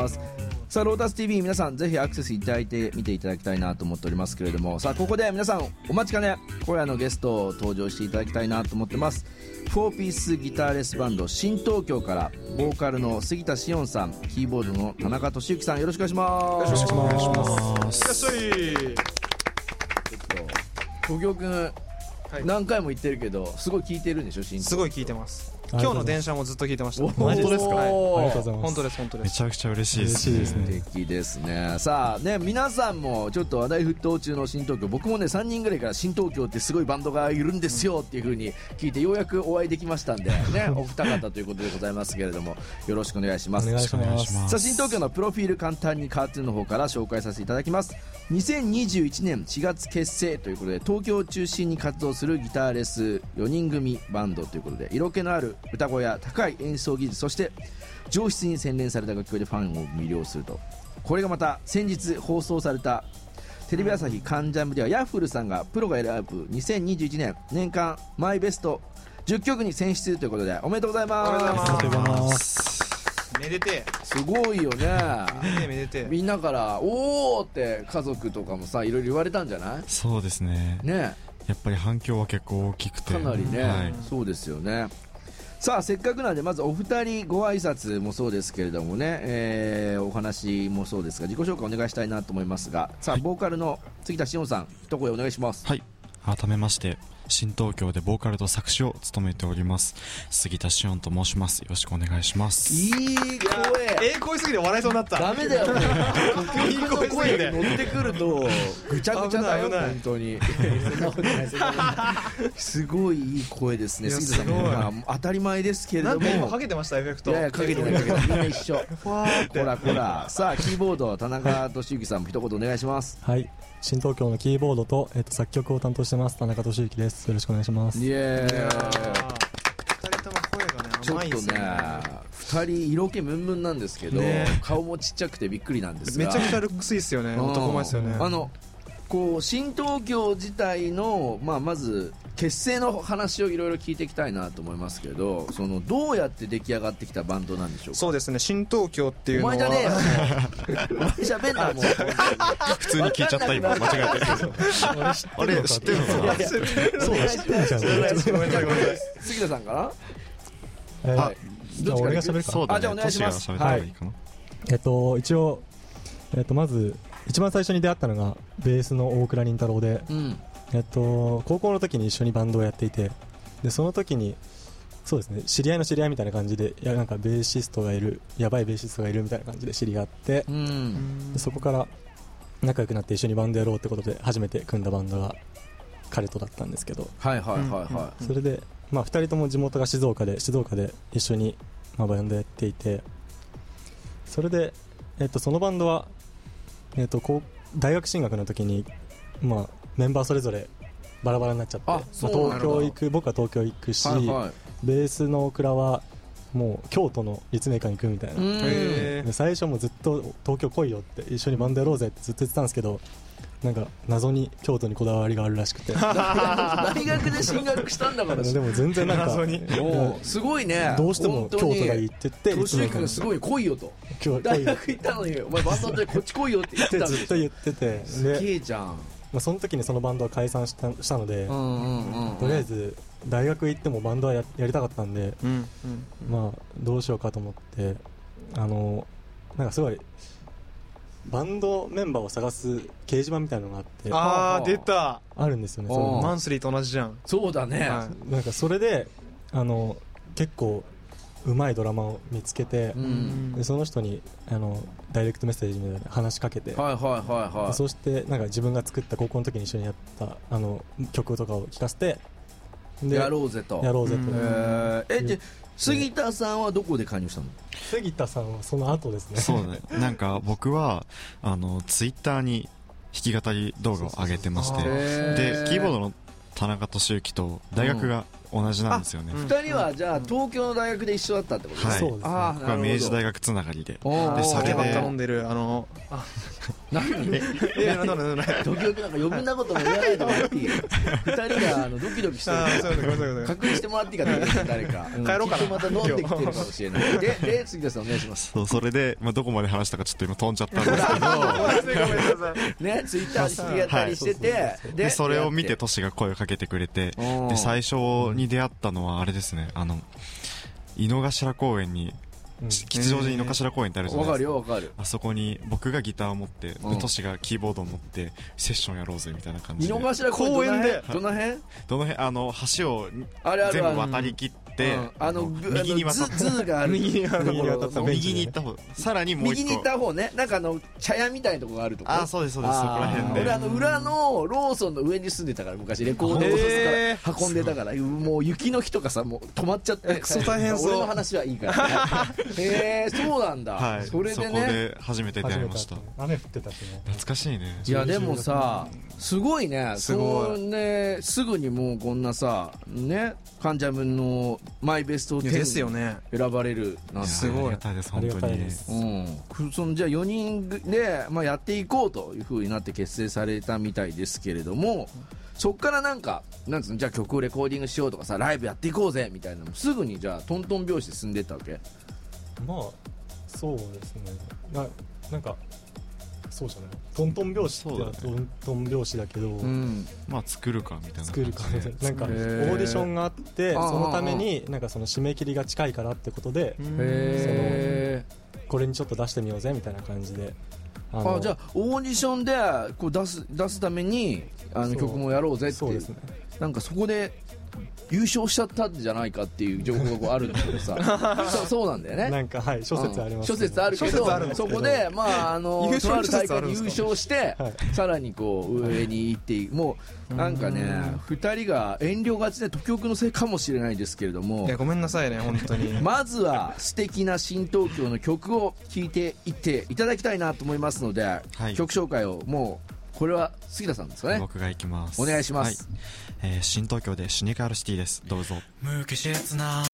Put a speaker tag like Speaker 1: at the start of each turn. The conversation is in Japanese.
Speaker 1: ますさあロータス TV 皆さんぜひアクセスいただいて見ていただきたいなと思っておりますけれどもさあここで皆さんお待ちかね今夜のゲストを登場していただきたいなと思ってます4ピースギターレスバンド新東京からボーカルの杉田紫音さんキーボードの田中俊之さんよろしくお願いします
Speaker 2: よろしくお願いしま
Speaker 3: いらっしゃい
Speaker 1: 小京君、
Speaker 3: い
Speaker 1: 何回も言ってるけどすごい聞いてるんでしょ新
Speaker 3: す
Speaker 1: 東
Speaker 3: ごい聞いてます
Speaker 2: ありがとうござい
Speaker 3: 今日の電
Speaker 2: ます
Speaker 3: 車もずっと聞いてました
Speaker 1: おーマジですか
Speaker 3: はい
Speaker 2: ありがとうございます
Speaker 3: 本当です本当で
Speaker 4: め
Speaker 3: す
Speaker 4: ちゃくちゃ嬉しいです、
Speaker 2: 嬉しいですね
Speaker 1: 素敵ですねさあね皆さんもちょっと話題沸騰中の新東京僕もね3人ぐらいから新東京ってすごいバンドがいるんですよっていう風に聞いてようやくお会いできましたんで ねお二方ということでございますけれどもよろしくお願いします
Speaker 2: お願いします
Speaker 4: お願いします
Speaker 1: さあ新東京のプロフィール簡単にカートゥーンの方から紹介させていただきます2021年4月結成ということで東京を中心に活動するギターレス4人組バンドということで色気のある歌声や高い演奏技術そして上質に洗練された楽曲でファンを魅了するとこれがまた先日放送されたテレビ朝日「関ジャム」ではヤッフルさんがプロが選ぶ2021年年間マイベスト10曲に選出ということでおめでとうござい
Speaker 3: おめでとうござ
Speaker 1: ま
Speaker 3: いま
Speaker 2: ありがとうございます
Speaker 3: めでて
Speaker 1: すすごいよね
Speaker 3: えめでてえめでてえ
Speaker 1: みんなから「おお!」って家族とかもさいろいろ言われたんじゃない
Speaker 4: そうですね
Speaker 1: ね
Speaker 4: やっぱり反響は結構大きくて
Speaker 1: かなりね、
Speaker 4: はい、
Speaker 1: そうですよねさあせっかくなんでまずお二人ご挨拶もそうですけれどもね、えーお話もそうですが自己紹介お願いしたいなと思いますがさあボーカルの杉田紫音さん一声お願いします
Speaker 4: はい、改めまして新東京でボーカルと作詞を務めております杉田紫音と申しますよろしくお願いします
Speaker 1: いい声
Speaker 3: ええ声すぎて笑いそうになった
Speaker 1: ダメだよこれ時々の声に
Speaker 3: いい声すぎ
Speaker 1: 乗ってくるとぐちゃぐちゃだよ
Speaker 3: 危ない危ない
Speaker 1: 本当 にそんなことないそんなことないすごいいい声ですね
Speaker 3: いや
Speaker 1: 杉田さん
Speaker 3: すごい
Speaker 1: まあ当たり前ですけれ
Speaker 3: な
Speaker 1: ど
Speaker 3: んか今
Speaker 1: も
Speaker 3: かけてましたエフェク
Speaker 1: い
Speaker 3: ト
Speaker 1: やいやかけてないかけてないみんな一 緒こらこらさあキーボード田中俊之さんも一言お願いします
Speaker 2: はい新東京のキーボードと,、えっと作曲を担当してます田中俊之ですよろしくお願いします
Speaker 1: イエ
Speaker 3: いやー
Speaker 1: ーイ
Speaker 3: 二人とも声がね
Speaker 1: ちょっ
Speaker 3: 甘
Speaker 1: と
Speaker 3: いん
Speaker 1: ね
Speaker 3: ですよ
Speaker 1: 2人色気ムンムンなんですけど
Speaker 3: ね
Speaker 1: 顔もちっちゃくてびっくりなんですが
Speaker 3: めちゃくちゃルックスいいっすよね
Speaker 1: うん
Speaker 3: 男前っすよね
Speaker 1: あのこう新東京自体の、まあ、まず結成の話をいろいろ聞いていきたいなと思いますけどそのどうやって出来上がってきたバンドなんでしょうか
Speaker 3: そうですね新東京っていう
Speaker 1: お
Speaker 3: のは
Speaker 1: 前じゃねえよ もうお前喋んなもう
Speaker 4: 普通に聞いちゃった今間違えて あれ知ってるのかな
Speaker 1: そうだ知ってるじゃん
Speaker 2: 知ってる
Speaker 3: ごめんなさいごめんなさい
Speaker 1: 杉田さんか
Speaker 2: えー
Speaker 1: なはい
Speaker 2: じゃあ俺が喋る
Speaker 4: そ
Speaker 2: か
Speaker 4: うだ
Speaker 1: あじゃあお
Speaker 4: ね
Speaker 1: 願いし
Speaker 4: トシが
Speaker 1: ます
Speaker 4: 喋った方がいいかな、
Speaker 2: えっと一応、えっと、まず一番最初に出会ったのがベースの大倉凛太郎で、
Speaker 1: うん
Speaker 2: えっと、高校の時に一緒にバンドをやっていてでその時にそうですね知り合いの知り合いみたいな感じでいやなんかベーシストがいるやばいベーシストがいるみたいな感じで知り合って
Speaker 1: うん
Speaker 2: でそこから仲良くなって一緒にバンドやろうってことで初めて組んだバンドが彼とだったんですけど
Speaker 1: はいはいはいは
Speaker 2: それで、まあ、2人とも地元が静岡で静岡で一緒に、まあ、バンドやっていてそれで、えっと、そのバンドは、えっと、こう大学進学の時に、まあ、メンバーそれぞれバラバラになっちゃって
Speaker 1: あ
Speaker 2: まあ
Speaker 1: そう
Speaker 2: 東
Speaker 1: なるほど
Speaker 2: 京行く僕は東京行くし、
Speaker 1: いはいは
Speaker 2: ベースのオクラはもう京都の立命館行くみたい
Speaker 1: い
Speaker 2: な、
Speaker 1: うん
Speaker 3: へ
Speaker 2: で最初もずっと東京来いよって一緒にバンドやろうぜってずっと言ってたんですけどなんか謎に京都にこだわりがあるらしく て
Speaker 1: 大学で進学したんだから
Speaker 2: でも全然なんか
Speaker 3: 謎に
Speaker 1: もうすごいね
Speaker 2: どうしても京都がいいって言って、
Speaker 1: 俊之君
Speaker 2: が
Speaker 1: すごい来いよと
Speaker 2: 京都がい
Speaker 1: 大
Speaker 2: いっ
Speaker 1: 学行ったのにお前バンドでこっち来いよって言って
Speaker 2: て
Speaker 1: たんで
Speaker 2: ずっと言ってて、
Speaker 1: すげ
Speaker 2: で、
Speaker 1: えじゃん
Speaker 2: まあ、その時にそのバンドは解散したしたので
Speaker 1: う、んうんうん
Speaker 2: とりあえず大学行ってもバンドはややりたかったんで、
Speaker 3: うんうん
Speaker 2: まあ、どうしようかと思って、あの、なんかすごい、バンドメンバーを探す掲示板みたいなのがあって、あ
Speaker 3: あー出た
Speaker 2: るんですよね、
Speaker 1: あー
Speaker 2: それも
Speaker 3: マンスリーと同じじゃん
Speaker 1: そうだね
Speaker 3: はい
Speaker 2: なんかそれで、あの、結構、うまいドラマを見つけて、
Speaker 1: うん
Speaker 2: でその人にあのダイレクトメッセージみたいなの話しかけて、
Speaker 1: はいはいはいはい
Speaker 2: そしてなんか自分が作った高校の時に一緒にやったあの曲とかを聴かせてで
Speaker 1: やろうぜと
Speaker 2: やろうぜと、
Speaker 3: うん
Speaker 1: えーえじゃあ杉田さんはどこで加入したの
Speaker 2: 杉田さんはその後ですね
Speaker 4: そうだねなんか僕はあのツイッターに弾き語り動画を上げてまして
Speaker 3: そうそうそう
Speaker 4: でキーボードの田中俊之と大学が同じなんですよね
Speaker 3: あうん
Speaker 1: 二人はじゃあ東京の大学で一緒だったってこと
Speaker 4: はい
Speaker 2: そうですね
Speaker 1: あ
Speaker 4: 僕
Speaker 1: あ
Speaker 4: は明治大
Speaker 1: 学
Speaker 4: 学つながりで
Speaker 1: おー
Speaker 4: で酒
Speaker 3: 酒
Speaker 4: で
Speaker 3: ばっか飲んでるあのあ
Speaker 1: 何
Speaker 3: えなんだなんだなんだ
Speaker 1: ドキドキなんか余分なことも言わないでもらっていいよ二人があのドキドキしてる
Speaker 3: あーそうだごめんなさいごめんなさい
Speaker 1: 確認してもらっていいかな誰か
Speaker 3: 帰ろうかな
Speaker 1: きっとまた飲んできてるかもしれないでで杉田さんお願いします
Speaker 4: そうそれで、まあ、どこまで話したかちょっと今飛んじゃったんですけ
Speaker 3: ご
Speaker 4: ど
Speaker 3: めんなさいごめんなさい
Speaker 1: ねツイッターに知り合ったりしてて、
Speaker 4: でそれを見て
Speaker 1: と
Speaker 4: トシが声をかけてくれて
Speaker 1: おー
Speaker 4: で最初に出会ったのはあれですねあの井の頭公園に
Speaker 2: うん
Speaker 4: 吉祥寺井の頭公園ってあるじゃな
Speaker 1: わ
Speaker 4: いで
Speaker 1: か
Speaker 4: す
Speaker 1: るよ
Speaker 4: か
Speaker 1: わかる
Speaker 4: あそこに僕がギターを持ってで
Speaker 1: うん
Speaker 4: トシがキーボードを持ってセッションやろうぜみたいな感
Speaker 1: 井
Speaker 4: じで
Speaker 1: の
Speaker 4: どの
Speaker 1: 頭公園
Speaker 3: 公園で
Speaker 1: どの辺どの辺
Speaker 4: 辺あの橋を
Speaker 1: あれある
Speaker 4: 全
Speaker 1: ある
Speaker 4: 部渡り切って
Speaker 1: うんあのぐ
Speaker 4: 右に
Speaker 1: あの
Speaker 4: 渡っ
Speaker 1: ズズーがある
Speaker 3: 右に渡った
Speaker 1: ところ
Speaker 2: 右に渡った
Speaker 1: その
Speaker 2: ベンチ
Speaker 4: 右に行った方さらにもう
Speaker 1: 右
Speaker 4: 一
Speaker 1: に行っ
Speaker 4: 個
Speaker 1: た方ねなんかあの茶屋みたいなとこがあるとこ
Speaker 4: あそうですそうですそこら
Speaker 1: あー
Speaker 4: 辺
Speaker 1: 俺
Speaker 4: で
Speaker 1: あの裏のローソンの上に住んでたから昔レコードを
Speaker 3: へ
Speaker 1: さ運んでたからもう雪の日とかさもう止まっちゃって
Speaker 3: えクソ大変そう
Speaker 1: 俺の話はいい からへえそうなんだ、
Speaker 4: はい
Speaker 1: それで
Speaker 4: こ
Speaker 1: ね
Speaker 4: で初めて出
Speaker 2: 初
Speaker 4: 会い
Speaker 2: め
Speaker 4: ま
Speaker 2: て会
Speaker 4: し
Speaker 2: ったた雨降ってたしね
Speaker 4: 懐かしいね
Speaker 1: いやでもさすごいね
Speaker 3: すごい
Speaker 1: そうねすぐにもうこんなさね患者分のマイベスト
Speaker 3: いやです
Speaker 1: 10
Speaker 3: よね
Speaker 1: 選ばれるなんて
Speaker 3: すごい
Speaker 4: ありがたいです
Speaker 2: あ
Speaker 4: 本
Speaker 2: りが
Speaker 4: 当
Speaker 2: たい
Speaker 4: に
Speaker 2: です
Speaker 1: うん、そのじゃあ4人で、まあ、やっていこうというふうになって結成されたみたいですけれどもそっからなんかなんつうのじゃあ曲をレコーディングしようとかさライブやっていこうぜみたいなのすぐにじゃあトントン拍子で進んでったわけ
Speaker 2: まあそうですねななんかそうじゃないトントン拍子ってのは
Speaker 4: そ
Speaker 2: トントン拍子だけど、
Speaker 1: ん
Speaker 4: まあ作るかみたいな
Speaker 2: 作るか
Speaker 4: 感じで
Speaker 2: なんかオ
Speaker 1: へー
Speaker 2: ーディションがあって
Speaker 1: ああああ
Speaker 2: そのためになんかその締め切りが近いからってことで
Speaker 1: へえ
Speaker 2: これにちょっと出してみようぜみたいな感じであ
Speaker 1: あじゃあオーディションでこう出す出すためにあ
Speaker 2: そ
Speaker 1: の
Speaker 2: う
Speaker 1: 曲もやろうぜって
Speaker 2: そう
Speaker 1: い
Speaker 2: で
Speaker 1: う
Speaker 2: すね
Speaker 1: なんかそこで優勝しちゃったんじゃないかっていう情報がこうあるんだけどさそうそうなんだよね
Speaker 2: なんかはい諸説あります
Speaker 1: 諸説あるけ
Speaker 3: 諸説ある
Speaker 1: ど
Speaker 3: んです
Speaker 1: そ
Speaker 2: けど
Speaker 1: こでまああの
Speaker 3: 優
Speaker 1: とあ
Speaker 3: 勝
Speaker 1: る
Speaker 3: 諸
Speaker 1: 大
Speaker 3: 説あ
Speaker 1: 会
Speaker 3: るん
Speaker 1: で
Speaker 3: です
Speaker 1: 優
Speaker 3: か
Speaker 1: 勝して
Speaker 2: はい
Speaker 1: さらにこう上に行っていくもうなんかね2人が遠慮がちで時局のせいかもしれないですけれども
Speaker 3: いやごめんなさいね本当に
Speaker 1: まずは素敵な新東京の曲を聴いていっていただきたいなと思いますので
Speaker 4: はい
Speaker 1: 曲紹介をもうこれは杉田さんですかね
Speaker 4: 僕が行きます
Speaker 1: お願いします
Speaker 4: はいえー新東京でシニカルシティですどうぞ
Speaker 5: 無機質な